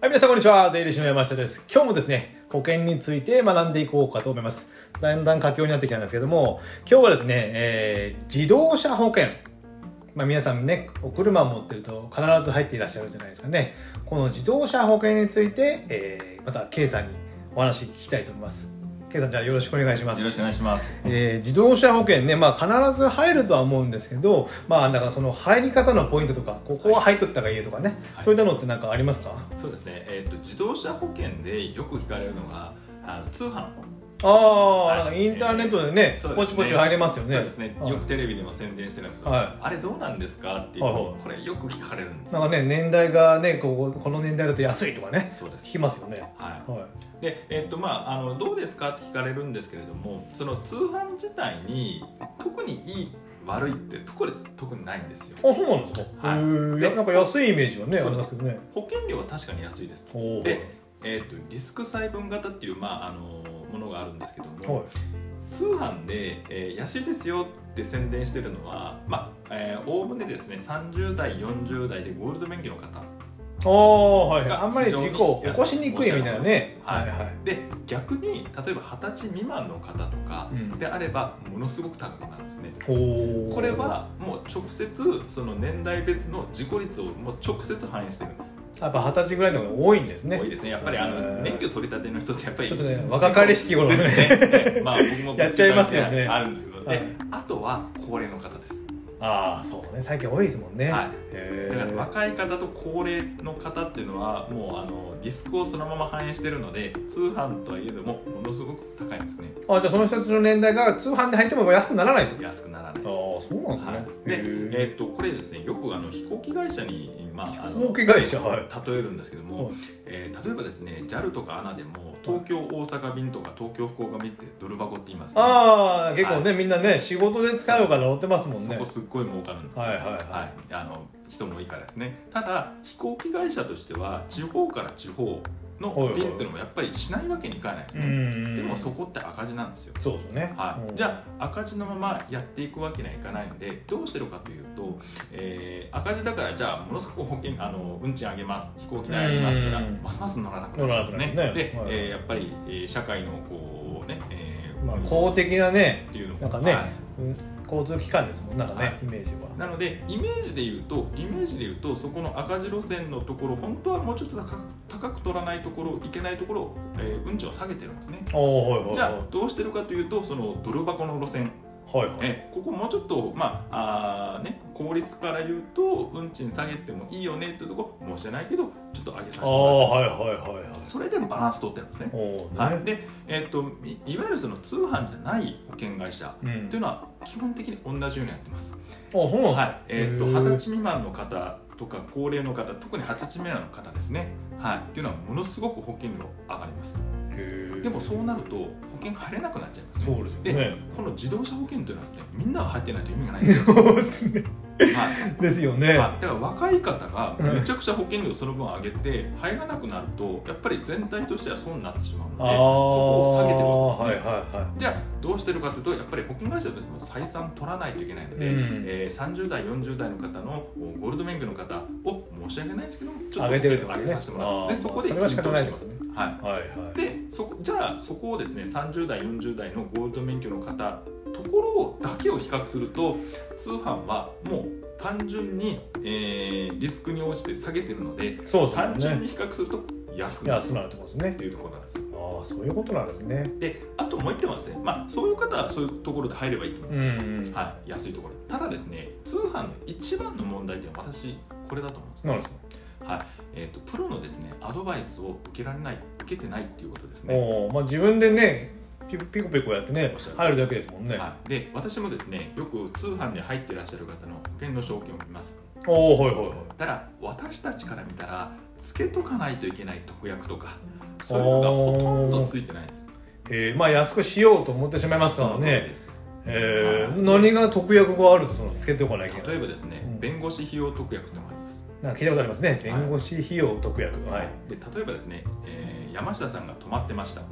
はい、皆さんこんにちは。税理士の山下です。今日もですね、保険について学んでいこうかと思います。だんだん佳境になってきたんですけども、今日はですね、えー自動車保険。まあ皆さんね、お車を持ってると必ず入っていらっしゃるじゃないですかね。この自動車保険について、えーまた K さんにお話聞きたいと思います。K さんじゃあよろしくお願いしますよろ。しくお願いします。えー自動車保険ね、まあ、必ず入るとは思うんですけど、まあ、なんかその入り方のポイントとかここは入っとった方がいいとかね、はいそういったのって何かありますか、そうですね。えっ、と自動車保険でよく聞かれるのがあの通販。ああ、はいなんかインターネットでね、そうでポすねチポチ入れますよねそうですね。はいよくテレビでも宣伝してるんですけど、はあれどうなんですかっていう、はいはいこれよく聞かれるんですなよ。んかね年代がねこうこの年代だと安いとかねそうです聞。きますよねはい。はで、えっとまあ、あのどうですかって聞かれるんですけれどもその通販自体に特にいい悪いってところ特にないんですよいあそうなんですか、はいへーでやなんか安いイメージはねあそうりでますすけどね保険料は確かに安いです、おーでえっとリスク細分型っていう、まあ、あのものがあるんですけども、はい通販で、えー安いですよって宣伝してるのはまあえーおおむねですね30代40代でゴールド免許の方ああはいはいがあんまり事故を起こしにくいみたいなねはいはいはいで逆に例えば二十歳未満の方とかうんであればものすごく高くなるんですねおーこれはもう直接その年代別の事故率をもう直接反映してるんです、やっぱ二十歳ぐらいの方が多いんですね多いですねやっぱりあえのー免許取り立ての人ってやっぱりちょっとね若かりしき頃でねすねねまあ僕もやっちゃいますよねあるんですけど、はいであとは高齢の方ですああそうね最近多いですもんね、はいへだからー若い方と高齢の方っていうのはもうあのリスクをそのまま反映してるので通販とはいえどもものすごく高いんですねあじゃあその人たちの年代が通販で入っても安くならないとあ安くならないあですそうなんですね、はい、で、えっとこれですねよくあの飛行機会社に、まあ、あの飛行機会社はい例えるんですけども、はいえー例えばですね JAL とか ANA でも東京大阪便とか東京福岡便ってドル箱って言いますねああ結構ね、はみんなね仕事で使うから乗ってますもんそねこすっごい儲かるんですよはいはいはいあの人もいいからですねただ飛行機会社としては地方から地方のはいはい便っていうのもやっぱりしないわけにいかないですうね、んでもそこって赤字なんですよそうですよね、はい、うんじゃあ赤字のままやっていくわけにはいかないのでどうしてるかというと、えー赤字だからじゃあものすごく保険あの運賃上げます飛行機代上げますからうんますます乗らなくなっちゃうんですね乗らなくなるねで、はいえーやっぱり、えー社会のこうね、えーまあ、公的なねっていうのもなんかねはいうん交通機関ですもんなんかね、はいイメージはなのでイメージで言うとイメージで言うとそこの赤字路線のところ本当はもうちょっと高く高く取らないところいけないところを、えー運賃を下げてるんですねああはいはいはいじゃあどうしてるかというとそのドル箱の路線はいはいえここもうちょっと、まああーね、効率から言うと運賃下げてもいいよねっていうところ申し訳ないけどちょっと上げさせてああもらはっいはいはいはいてますそれでバランス取ってるんですね、おおーはい、ね、で、えっといいわゆるその通販じゃない保険会社うっんていうのは基本的に同じようにやってますあそうなんですか、はい、えっとへ二ー十歳未満の方とか高齢の方特に二十歳未満の方ですね、はい、っていうのはものすごく保険料上がりますへーでもそうなると保険入れなくなっちゃいます、ね、そうですよねこの自動車保険というのはですねみんなが入ってないと意味がない んですよ、そう ですねはいですよね、はい、だから若い方がめちゃくちゃ保険料その分上げて入らなくなるとやっぱり全体としては損になってしまうのでああそこを下げてるわけですね、はいはいはいじゃあどうしてるかというとやっぱり保険会社としても採算取らないといけないので、うんえー30代40代の方のゴールド免許の方を申し訳ないですけどもちょっ上とげてるってことね上げさせてもらあっーてでそこでそれは仕方ない検討してますはいはいはいでそこじゃあそこをですね30代40代のゴールド免許の方ところをだけを比較すると通販はもう単純に、えーリスクに応じて下げてるのでそうですよ単純ねに比較すると安くなる安くなるってことですねっていうところなんですああそういうことなんですねであともう一点はですね、まあ、そういう方はそういうところで入ればいいと思います、んはい、安いところただですね通販の一番の問題点は私これだと思うんですねなんですかえー、とプロのですねアドバイスを受けられない受けてないっていうことですねおーまあ自分でねピピコピコやってねおっしゃる入るだけですもんね、はい、で私もですねよく通販で入ってらっしゃる方の保険の証券を見ますおおはいはいはいただ私たちから見たらつけとかないといけない特約とかそういうのがほとんどついてないですえー、まあ安くしようと思ってしまいますそからの通りねですえー、はい何が特約があるとそのつけておかなきゃいけな例いえばですね、うん弁護士費用特約ってのもありますなんか聞いたことありますね弁護士費用特約はい、で例えばですね、えー山下さんが止まってました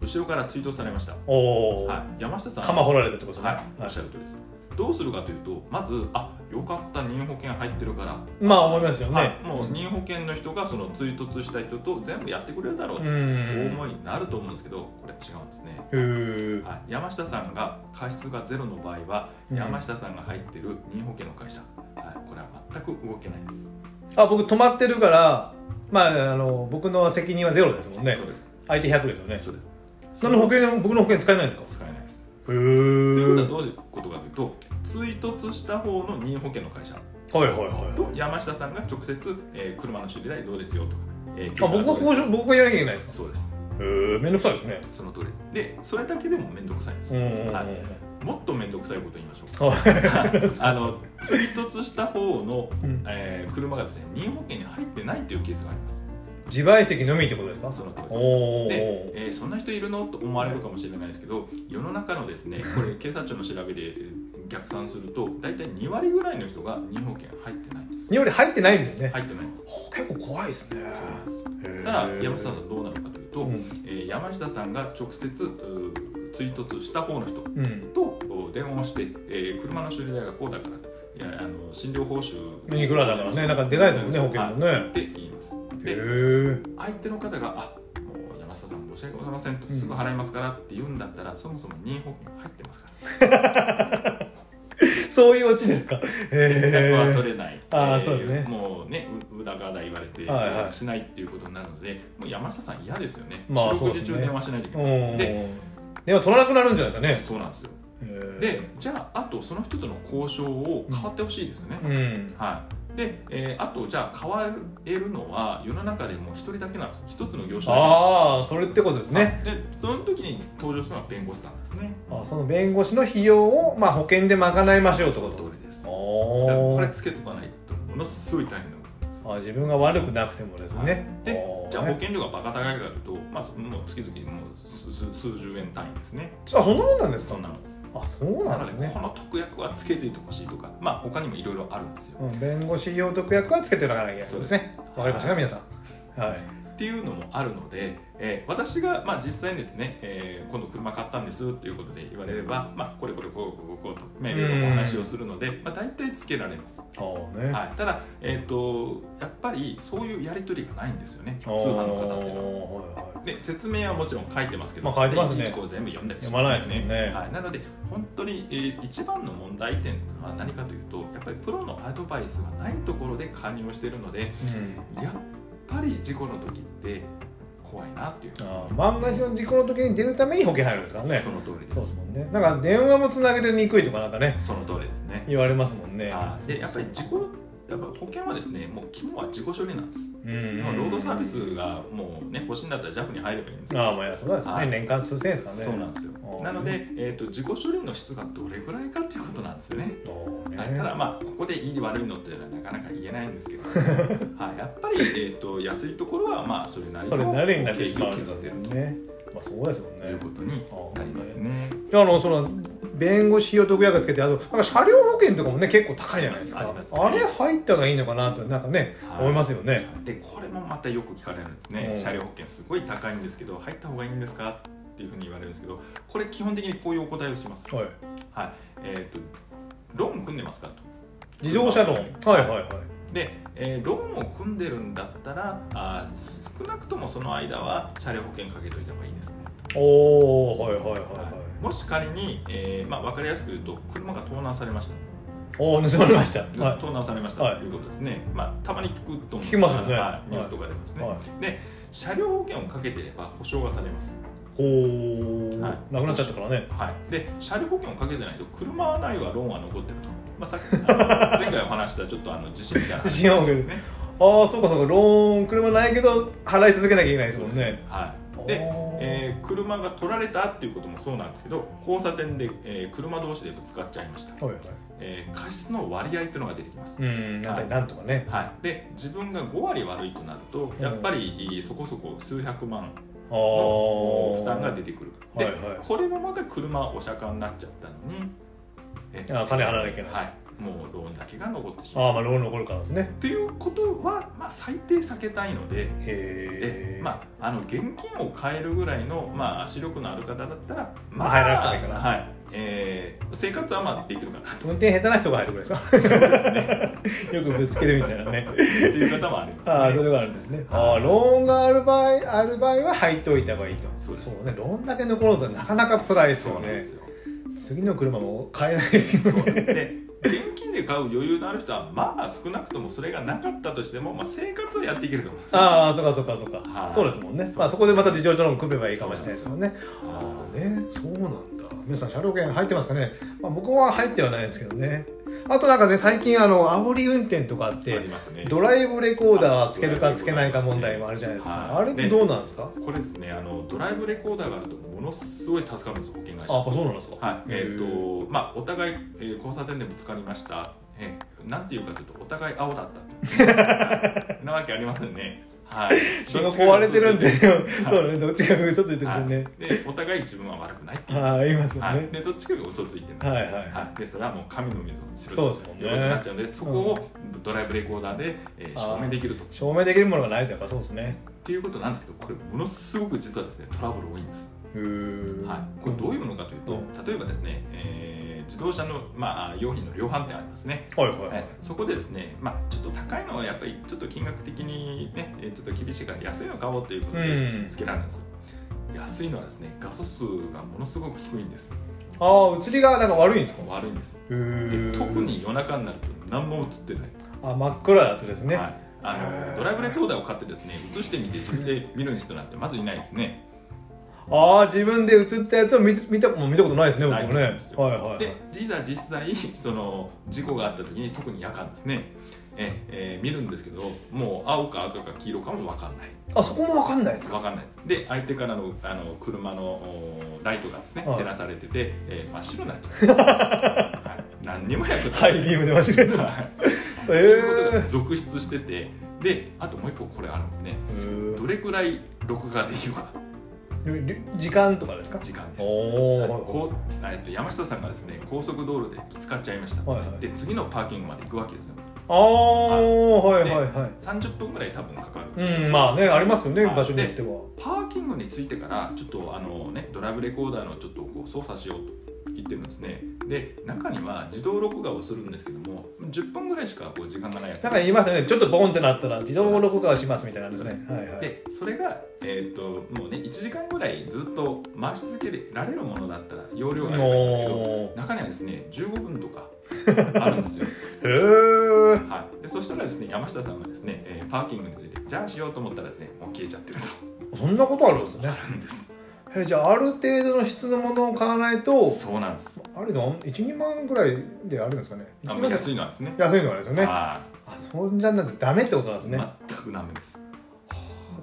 後ろから追突されました、おお、はい、山下さん鎌掘られたってことですね、はい、おっしゃるとりです、どうするかというとまずあよかった任意保険入ってるからまあ思いますよね、はい、もう任意保険の人がその追突した人と全部やってくれるだろううとん思いになると思うんですけどこれは違うんですね、うーはい、山下さんが過失がゼロの場合はうん山下さんが入ってる任意保険の会社、はい、これは全く動けないです、あ僕止まってるからまああの僕の責任はゼロですもんねそうです相手100ですよねそうですその保険の僕の保険使えないんですか使えないですへということーはどういうことかというと追突した方の任意保険の会社はいはいはいと山下さんが直接、えー車の修理代どうですよとか、えーあ僕は交渉僕がやらなきゃいけないんですかそうですへえ面倒くさいですねその通りでそれだけでも面倒くさいんです、うんうんうんはいもっと面倒くさいこと言いましょうはい あの追突した方の、うんえー車がですね任意保険に入ってないっていうケースがあります自賠責のみってことですかその通りおですおで、えーそんな人いるのと思われるかもしれないですけど世の中の ですねこれ警察庁の調べでえー逆算すると大体2割ぐらいの人が任意保険入ってないんですにおり入ってないんですね、入ってないんですほ結構怖いですねそうなんですへーただ山下さんはどうなるかというと、うんえー山下さんが直接うー追突した方の人うんとお電話をして、えー車の修理代がこうだからいやあの診療報酬いくらだからねなんか出ないですもんね保険もねって言いますへでえ相手の方が「あもう山下さん申し訳ございません」とう「んすぐ払いますから」って言うんだったらそもそも任意保険入ってますから そういうオチですか連絡は取へれないあーえーそうですねもうねう無駄がだ言われてはいはいしないっていうことになるのでもう山下さん嫌ですよねまあ四六時そうです中ね電話しないといけえないうんでも取らなくなるんじゃないですそうなんですよかねへーでじゃああとその人との交渉を変わってほしいですよねうんはい、で、えーあとじゃあ変われるのは世の中でもう一人だけなんですよ一つの業種だけなんああそれってことですでねすねでその時に登場するのは弁護士さんですねあその弁護士の費用を、まあ、保険で賄いましょうってこそとの通りですだからおこれーつけとかないとものすごい大変なこあ自分が悪くなくてもですとね、でおーじゃあ保険料がバカ高いかというと、まあ、そもう月々もう数数数十円単位ですねあそんなもんなんですそかんなのですあそうななんのでですこね、の特約はつけていてほしいとかまあ他にもいろいろあるんですようん、弁護士費用特約はつけておかなきゃいけないそうですねわかりましたか皆さんはいっていうのもあるので、えー私が、まあ、実際にですね、えー今度車買ったんですということで言われれば、まあ、これこれこうこうこうと、まあいろいろお話をするので、まあ、大体つけられます、ああね、はい、ただ、えー、とやっぱりそういうやり取りがないんですよね通おー販の方っていうのは。はいはいで説明はもちろん書いてますけど、まあ書いてますねそれちいちこう全部読んだりし読まないですもんねはい、なので本当に、えー一番の問題点というのは何かというとやっぱりプロのアドバイスがないところで加入しているのでうんやっぱり事故の時って怖いなっていうあー万が一の事故の時に出るために保険入るんですからねその通りですそうですもんねなんか電話もつなげてにくいとかなんかねその通りですね言われますもんねあーでやっぱり事故やっぱ保険はですねもう肝は事故処理なんです、うんもう労働サービスがもうね欲しいんだったら JAF に入ればいいんですよああまあそうですねはい年間数千円ですからねそうなんですよあーなので、えー、と自己処理の質がどれぐらいかっていうことなんですよねそうねはいただまあここでいい悪いのっていうのはなかなか言えないんです けど、はい、やっぱり、えー、と安いところはまあそれなりそれ慣れになってしまう経ん費を削ってるね。まあそうですよというねこ。とになりますね。あのその弁護士費用特約つけてあとなんか車両保険とかもね結構高いじゃないですあかり。ますねあれ入った方がいいのかなとなんかねはい思いますよね。でこれもまたよく聞かれるんですね、うん車両保険すごい高いんですけど入った方がいいんですかっていうふうに言われるんですけどこれ基本的にこういうお答えをします、はい。えー、とローン組んでますかと自動車ローン。はいはいはい。で、えーローンを組んでるんだったらあー少なくともその間は車両保険かけといた方がいいですね、おおはいはいはいはい。もし仮に、えーまあ、分かりやすく言うと車が盗難されました、おお盗まれました。は盗難されましたはいということですね、まあ、たまに聞くと思うんで聞きますよねはいニュースとかでもですい。ね、はい。車両保険をかけてれば保証がされますほーはいなくなっちゃったからね。はい、で車両保険をかけてないと車はないわローンは残ってると、まあ、さっき あの前回お話したちょっとあの地震みたいな 地震は起きるですねああそうかそうかローン車ないけど払い続けなきゃいけないですもんね。はい、で、えー車が取られたっていうこともそうなんですけど交差点で、えー車同士でぶつかっちゃいましたおー、はいはい。えー過失の割合っていうのが出てきます、うんなんかなんとかね。はい、で自分が5割悪いとなるとやっぱりそこそこ数百万あのあ負担が出てくるで、はいはいこれもまた車お釈迦になっちゃったのにえあ金払わなきゃいけないはい、もうローンだけが残ってしまうああまあローンの頃からですねということは、まあ、最低避けたいので、へええまあ、あの現金を買えるぐらいの、まあ、視力のある方だったら、まあ入らなくてもいいかなはい、えー生活はまあできるかな 運転下手な人が入るぐらいですか よくぶつけるみたいなねっていう方もありますね。ああそれがあるんですねああローンがある場合ある場合は入っておいた方がいいとそうですねローンだけ残るとなかなか辛いですそうよなんでねすよ。次の車も買えないですよそうねで現金で買う余裕のある人はまあ少なくともそれがなかったとしても、まあ、生活はやっていけると思うんですよ。ああそうかそうかそうか、はいそうですもんねまあそこでまた事情上の組めばいいかもしれないですもんねああねそうなんだ皆さん車両券入ってますかね、まあ、僕は入ってはないですけどねあとなんかね最近あの煽り運転とかあっあてりますね。ドライブレコーダーつけるかつけないか問題もあるじゃないですか、はいあれってどうなんですか、これですねあのドライブレコーダーがあるとものすごい助かるんですよ保険あ会や社っ。ぱそうなんですかはいへえーーとまあ、お互い、えー交差点でぶつかりました、えーなんていうかというとお互い青だ ったなわけありませんね。はい、その壊れてるんで、 そうね、どっちかが嘘ついてるはいんね。でお互い自分は悪くないっていう、はい、いますよはい、ね。でどっちかが嘘ついてるんですはいはいははい、でそれはもう神の水を知るそうですもんねということになっちゃうのでそこをドライブレコーダーで、えー証明できるとっい。証明できるものがないとやっぱそうですね。ていうことなんですけどこれものすごく実はですねトラブル多いんです、うーんはい、これどういうものかというと、うん例えばですね、えー自動車の、まあ、用品の量販店ありますねはいはいははいい。、そこでですね、まあ、ちょっと高いのはやっぱりちょっと金額的にねえーちょっと厳しいから安いの買おうということうんでつけられるんですよ、安いのはですね画素数がものすごく低いんですああ、映りがなんか悪いんですか悪いんですうでーん特。に夜中になると何も映ってないあ、真っ暗だとですね。はい、あへーのドライブレコーダーを買ってですね映してみて自分で見る人なんてまずいないですね。ああ、自分で映ったやつを見て見たもう見たことないですね、僕もね。なはいいんですよはいはいで。いざ実際その事故があった時に特に夜間ですねえ、えー見るんですけどもう青か赤か黄色かも分かんないあ、そこもわかんないですか分かんないですで相手からのあの車のおライトがですねはい照らされてて、えー真っ白になっ ちゃう、はい、何にも役立たハなイいビームで走れる。はいそうということへが続出しててであともう一個これあるんですねどれくらい録画できるかえ。時間とかですか時間ですおお。こうえっと山下さんがですね高速道路でぶつかっちゃいました、はいはいで次のパーキングまで行くわけですよああ、はいはいはい。 30分ぐらい多分かかる、うん、まあね、ありますよね、はい場所によっては。パーキングに着いてからちょっとあのねドライブレコーダーのちょっとこう操作しようと言ってるんですねで中には自動録画をするんですけども10分ぐらいしかこう時間がないやつなんか言いますよね、ちょっとボンってなったら自動録画をしますみたいなんですね。はいはい。でそれが、えー、ともうね1時間ぐらいずっと回し続けられるものだったら容量があればいいんですけどおー中にはですね15分 とかあるんですよへーはい、でそしたらですね山下さんがですね、えーパーキングについてじゃあしようと思ったらですねもう消えちゃってるとそんなことあるんですねあ。るんですえじゃあある程度の質のものを買わないとそうなんですあれの12万ぐらいであるんですかね。あ1の万安安いいのはですね安いのがあれですよね。あはそんじゃなんてダメってことなんですいね。全くダメです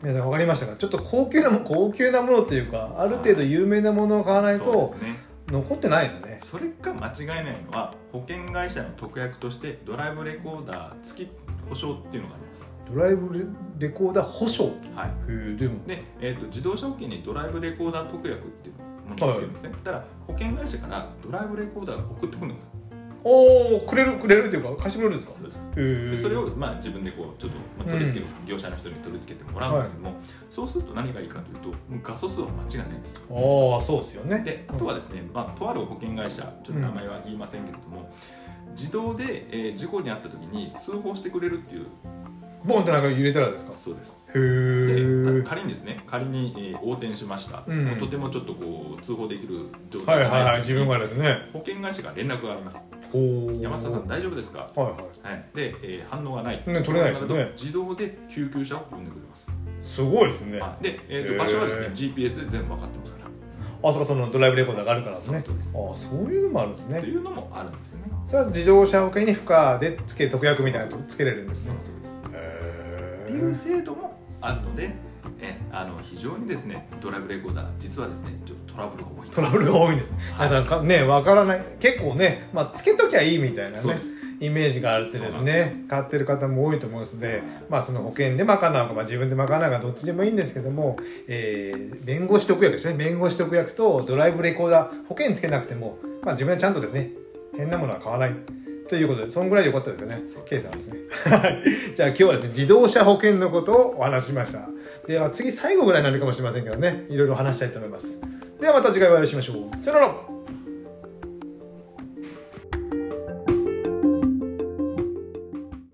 皆さんわかりましたか。ちょっと高級なも高級なものっていうかある程度有名なものを買わないそうとですね残ってないですよね。それが間違いないのは保険会社の特約としてドライブレコーダー付き保証っていうのがありますドライブレレコーダー保証。へはいえでも。で、えー、と自動車保険にドライブレコーダー特約っていうものをつけるんですね、ただ保険会社からドライブレコーダーが送ってくるんですよおおくれるくれるっていうか貸してくれるんですか。そうですへでえ。それをまあ自分でこうちょっとまあ取り付ける、業者の人に取り付けてもらうんですけども、そうすると何がいいかというともう画素数は間違いないんですああそうですよねであとはですね、まあ、とある保険会社ちょっと名前は言いませんけれども、自動で、えー事故に遭った時に通報してくれるっていうボンってなんか揺れたらですかへそうですでえ仮にですね仮に、えー横転しました、うんもうとてもちょっとこう通報できる状は態いはいがはいない自分がですね保険会社から連絡がありますほう山下さんは大丈夫ですかいはいはい、で、えー反応がない、ね取れないですよねとると自動で救急車を呼んでくれますすごいですねああで、えーとへー場所はですね GPS で全部分かってますからそうかそのドライブレコーダーがあるからですねそうですああそういうのもあるんですとねいうのもあるんですよねそれは自動車保険に負荷でつけ特約みたいなのとつけれるんですそねの通りですへっていうえ制度もあるのでえあの非常にですねドライブレコーダー実はですねちょっとトラブルが多いトラブルが多いんです皆さんかねわからない結構ねまあつけときゃいいみたいなそうねですイメージがあるってですね買ってる方も多いと思うので、まあ、その保険で賄うか、まあ、自分で賄うかどっちでもいいんですけども、えー弁護士特約ですね弁護士特約とドライブレコーダー保険つけなくても、まあ、自分はちゃんとですね変なものは買わないということでそんぐらいでよかったですよねそう K さんはですねはいじゃあ今日はですね自動車保険のことをお話ししましたでは次最後ぐらいになるかもしれませんけどねいろいろ話したいと思いますではまた次回お会いしましょうさよなら